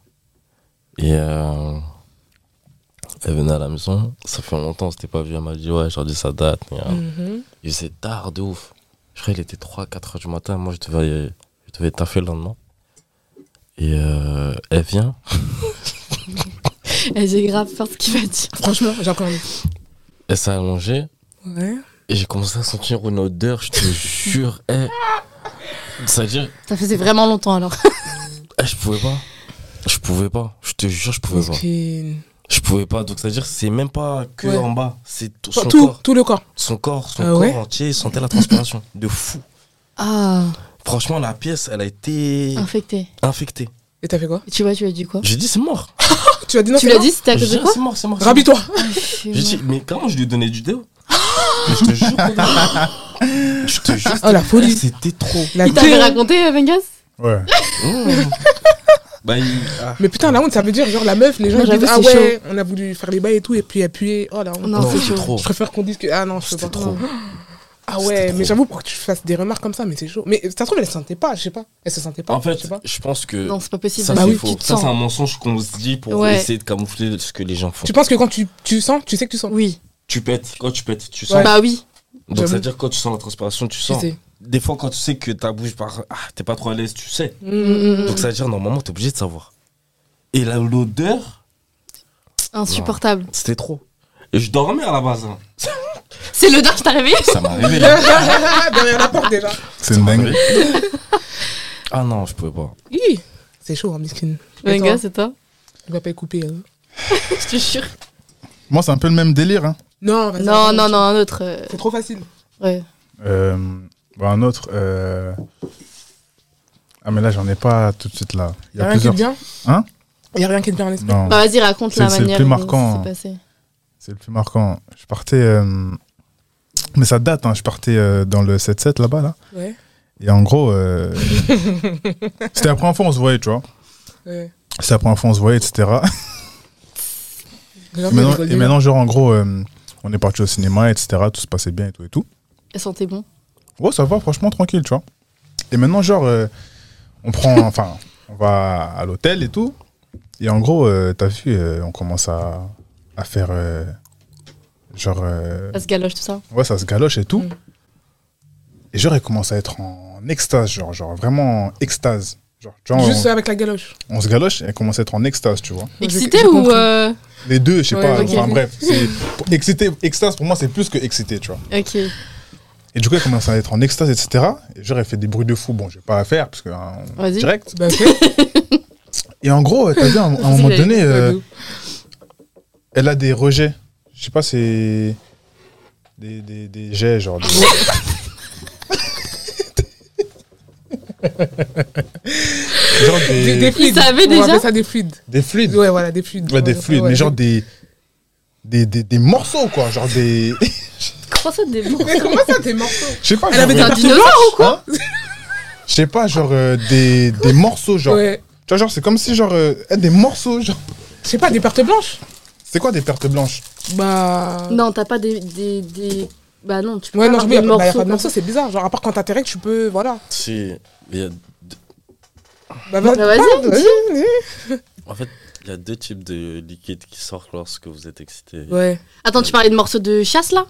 Et euh, elle venait à la maison. Ça fait longtemps, on s'était pas vu. Elle m'a dit, ouais, aujourd'hui, ça date. mais, Mm. euh, Mhm. Il faisait tard de ouf. Je crois qu'il était 3-4 heures du matin. Moi, je devais, je devais taffer le lendemain. Et euh, elle vient. Et j'ai Eh, grave peur de ce qu'il va dire. Franchement, j'ai encore envie. Elle s'est allongée. Ouais. Et j'ai commencé à sentir une odeur, je te jure. eh. C'est-à-dire, Ça faisait vraiment longtemps alors. eh, je pouvais pas. Je pouvais pas. Je te jure, je pouvais pas. Coquine. Je pouvais pas. Donc, c'est-à-dire, c'est même pas que Ouais. en bas. C'est tout son Tout, tout, corps. le corps. Son corps, son Ah corps ouais entier, il sentait la transpiration. De fou. Ah, Franchement, la pièce, elle a été infecté. infectée. Et t'as fait quoi Et Tu vois, tu as dit quoi J'ai dit, c'est mort. Tu as dit non, Tu c'est l'as non dit, c'était à J'ai cause dit, de ah, quoi c'est mort, c'est mort. c'est mort. Rabis-toi J'ai dit, mais comment je lui ai donné du déo Mais Je te jure. que- Je te jure. Eh, Oh la folie C'était trop. La Ah, Il t'avait terre. raconté, euh, Vengas Ouais. Mmh. Bah, il- ah. Mais putain, la honte, ça veut dire genre la meuf, les gens Non, ils disent Ah j'avoue, c'est ouais, on a voulu faire les bails et tout, et puis appuyer. Oh la honte. Non, Non, c'est c'est chaud. trop. Je préfère qu'on dise que Ah non, je peux C'était pas. trop. Ah C'était ouais, trop. mais j'avoue, pour que tu fasses des remarques comme ça, mais c'est chaud. Mais ça se trouve, elle se sentait pas, je sais pas. Elle se sentait pas. En je fait, sais pas. je pense que Non, c'est pas possible. Euh, ça, Bah c'est oui, faux. tu te Ça, c'est sens. un mensonge qu'on se dit pour Ouais. essayer de camoufler ce que les gens font. Tu penses que quand tu, tu sens, tu sais que tu sens. Oui. Tu pètes. Quand tu pètes, tu sens. Ouais. Bah oui. Donc, J'avoue. c'est-à-dire quand tu sens la transpiration, tu Tu sens. sais. Des fois, quand tu sais que ta bouche par. Ah, t'es pas trop à l'aise, tu sais. Mm, mm, mm. Donc, ça veut dire, normalement, t'es obligé de savoir. Et là, l'odeur, Insupportable. c'était trop. Et je dormais à la base. hein. C'est l'odeur qui t'a réveillé Ça m'est arrivé. là. Derrière la porte déjà. C'est une dinguerie. Ah non, je pouvais pas. Hi. C'est chaud, hein, Miskin. Et toi Vengas, c'est toi Il va pas y couper. hein. Je te jure. Moi, c'est un peu le même délire. Hein. Non, vas-y, Non, vas-y. non, non, un autre. euh, C'est trop facile. Ouais. Euh, bah, un autre. euh, Ah, mais là, j'en ai pas tout de suite là. Il y Y'a a rien qui te plusieurs. vient Hein Y'a rien qui te vient en esprit. Non, Bah vas-y, raconte la C'est- c'est le manière plus dont marquant, c'est hein. passé. c'est le plus marquant. Je partais. euh, Mais ça date, hein. je partais euh, dans le 7-7 là-bas. Là. Ouais. Et en gros, euh, c'était la première fois on se voyait, tu vois. ouais. C'était la première fois on se voyait, etc. J'ai Et envie de maintenant, rigoler. et maintenant, genre, en gros, euh, on est parti au cinéma, etc. Tout se passait bien et tout et tout. Elle sentait bon. Ouais, ça va, franchement, tranquille, tu vois. Et maintenant, genre, euh, on prend, enfin, on va à l'hôtel et tout. Et en gros, euh, t'as vu, euh, on commence à, à faire, euh, genre, euh, Elle se galoche, tout ça. ouais, ça se galoche et tout. Mm. Et genre, elle commence à être en extase, genre, genre vraiment en extase. Genre, tu vois, Juste on, avec la galoche. on se galoche et elle commence à être en extase, tu vois. Moi, j'ai- Excité j'ai ou. compris. euh, Les deux, je sais Ouais, pas, ok. enfin bref. c'est- pour- Excité, extase, pour moi, c'est plus que excité, tu vois. Ok. Et du coup, elle commence à être en extase, etc. Et genre, elle fait des bruits de fou. Bon, j'ai pas à faire, parce que. hein, on- Vas-y. Direct. Bah, ok. Et en gros, t'as vu, à un, à un moment donné, euh, elle a des rejets. Je sais pas, c'est. Des, des, des jets, genre. des- genre des, Des, des fluides. savait On déjà appelle ça des fluides. des fluides. Ouais, voilà, des fluides. Ouais, des Ouais, fluides, ouais. mais genre des, des, des, des morceaux, quoi. Genre des. Je Comment ça, des bons Mais comment ça, tes morceaux sais pas, Elle genre, avait des euh, un dinosaure perturbateurs ou Hein Je sais pas, genre euh, des, des morceaux, genre. Ouais. Tu vois, genre, c'est comme si, genre, euh, eh, des morceaux, genre. Je sais pas, des pertes blanches C'est quoi des pertes blanches Bah. Non, t'as pas des, des, des- Bah non, tu peux Ouais, pas non, avoir je des veux dire, bah, y a pas de morceaux. morceaux, c'est bizarre. Genre, à part quand t'as tes règles, tu peux. Voilà. Si. il y a- Bah, Bah vas-y, dis. En fait, il y a deux types de liquides qui sortent lorsque vous êtes excité. Ouais. Attends, tu parlais de morceaux de chasse là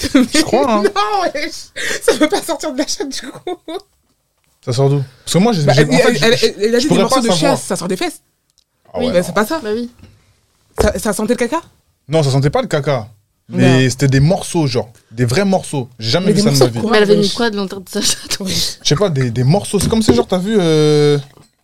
Je crois, hein. non, wesh. Ça peut pas sortir de la chatte, du coup. Ça sort d'où Parce que moi, j'ai. Bah, j'ai- elle, en fait, elle- j'ai- elle- elle- elle a dit des pourrais morceaux pas de savoir. chasse, ça sort des fesses. Ah ouais, Oui, bah, non. c'est pas ça. Bah oui. ça. ça sentait le caca Non, ça sentait pas le caca. Mais c'était des morceaux, genre. Des vrais morceaux. J'ai jamais Mais vu des ça de ma morceaux de vie. quoi Mais elle avait wesh. mis quoi de l'intérieur de sa chatte wesh Je sais pas, des, des morceaux. C'est comme si, genre, t'as vu. euh,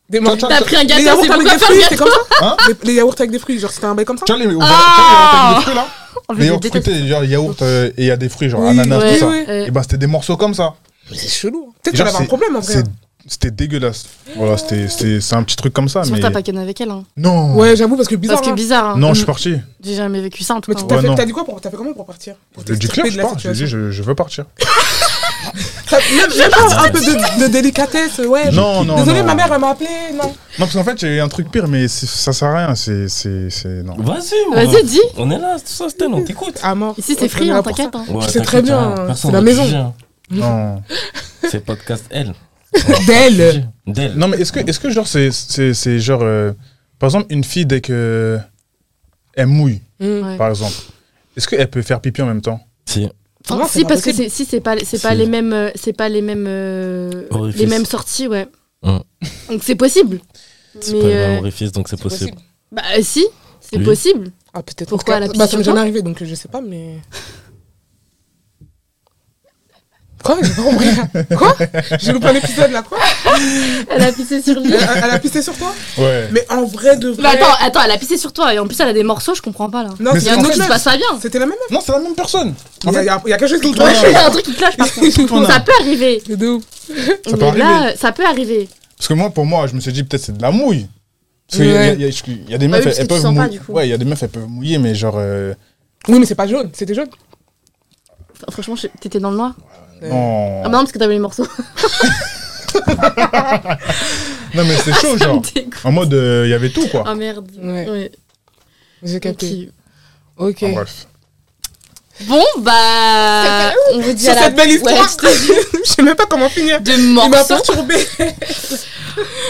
Des Tu vois, morceaux. tu vois- T'as pris un Les gâteau, c'est yaourts avec pourquoi des pas le fruits, c'est gâteau comme ça Hein Les- Les yaourts avec des fruits, genre, c'était un bail comme ça tu vois, les, Ah voilà, tu vois, les yaourts avec des fruits, là Oh, je Les yaourts déteste. fruités, genre, yaourt euh, et il y a des fruits, genre, Oui, ananas, ouais. tout ça. Oui, oui. Euh, Et bah, c'était des morceaux comme ça. C'est chelou. hein. Peut-être Genre, qu'elle avait un c'est- problème en vrai. c'est- C'était dégueulasse. Voilà, c'était- c'était c'est un petit truc comme ça. Sûrement mais... t'as pas canne avec elle. Hein. Non Ouais, j'avoue, parce que bizarre. Parce que hein. bizarre. Hein. Non, je suis parti. J'ai jamais vécu ça en tout Mais cas. tu hein. t'as Ah Ouais, fait- non. t'as dit quoi pour- T'as fait comment pour partir Pour Je lui ai dit t'extirper clair, de je la pars. Je lui ai dit, situation. je, je veux partir. Ça- Même même pas un peu de de délicatesse, ouais. Ah, Non, non, Désolé, non. ma mère, elle m'a appelé. Non. Non, parce qu'en fait, j'ai eu un truc pire, mais c'est- ça sert à rien. C'est. c'est- c'est- Non. Vas-y, mon Vas-y, dis. On est là, tout ça, Stan, on t'écoute. À mort. Ici, On c'est free, est là hein, pour t'inquiète. Hein. Ouais, sais t'inquiète, très bien, hein, c'est personne la va te maison. juger, hein. Non. C'est podcast elle. hein. ça. D'elle. D'elle. Non, mais est-ce que, est que, genre, c'est- c'est c'est genre. euh, Par exemple, une fille, dès que. Elle mouille, Mm. Ouais. par exemple. Est-ce qu'elle peut faire pipi en même temps Si. Pour moi, si c'est pas parce que possible. c'est si c'est pas c'est pas Si. les mêmes euh, c'est pas les mêmes euh, Orifices. les mêmes sorties ouais. Hum. Donc c'est possible. C'est Mais pas le même euh, orifice, donc c'est possible. bah euh, si, c'est Oui. possible. Ah, peut-être. Pourquoi en elle tout a cas, pissé Bah, ça m'est sur jamais toi arrivé, donc je sais pas, mais. Quoi J'ai pas compris. là. Quoi J'ai loupé un épisode là, quoi Elle a pissé sur lui. elle, elle- elle a pissé sur toi Ouais. Mais en vrai, de Mais vrai. attends, attends, elle a pissé sur toi et en plus elle a des morceaux, je comprends pas là. Non, Il Mais y c'est a la un en truc qui même se passe meuf. pas bien. C'était la même meuf. Non, c'est la même personne. En Il y, a- fait, il y a- il y a quelque chose qui Tout le Il y monde a un truc qui clash par contre. Tout le monde a- Ça peut arriver. est de ouf. Ça peut Mais là, arriver. euh, ça peut arriver. Parce que moi, pour moi, je me suis dit, peut-être c'est de la mouille. Parce qu'il y, a- Ouais. il y a- il y a des Bah meufs, oui, parce que elles tu peuvent sens pas, mouiller. du coup. Ouais, il y a des meufs, elles peuvent mouiller, mais genre. euh, Oui, mais c'est pas jaune, c'était jaune. Enfin, franchement, je- t'étais dans le noir. Euh, non. Ah bah non, parce que t'avais les morceaux. Non, mais c'est chaud, Ça me genre. dégoûte. En mode, euh, il y avait tout, quoi. Ah merde. Ouais. Ouais. J'ai capté. Ok. Ok. En bref. Bon, bah. On vous dit Sur à la- cette belle Ouais, histoire, je je sais même pas comment finir. te- de Il m'a morceaux. perturbé.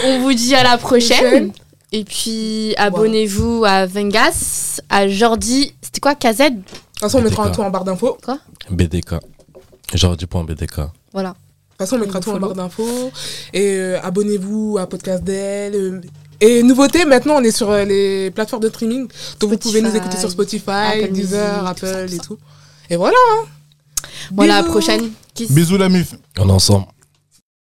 On vous dit à la prochaine. Prochaine. Et puis, abonnez-vous à Vengas, à Jordi. C'était quoi, KZ De toute façon, on mettra D'accord. tout en barre d'infos. De BDK. Genre du point BDK. Voilà. toute façon, on mettra Vous tout en follow. barre d'infos. Et euh, abonnez-vous à Podcast d'elle. euh, et nouveauté, maintenant, on est sur euh, les plateformes de streaming. Donc, vous pouvez nous Spotify, écouter sur Apple Spotify, Deezer, Music, tout ça, Apple tout et ça. tout. Et voilà. hein. Voilà, à la Bisous. prochaine. Kiss. Bisous, la mif. On est ensemble.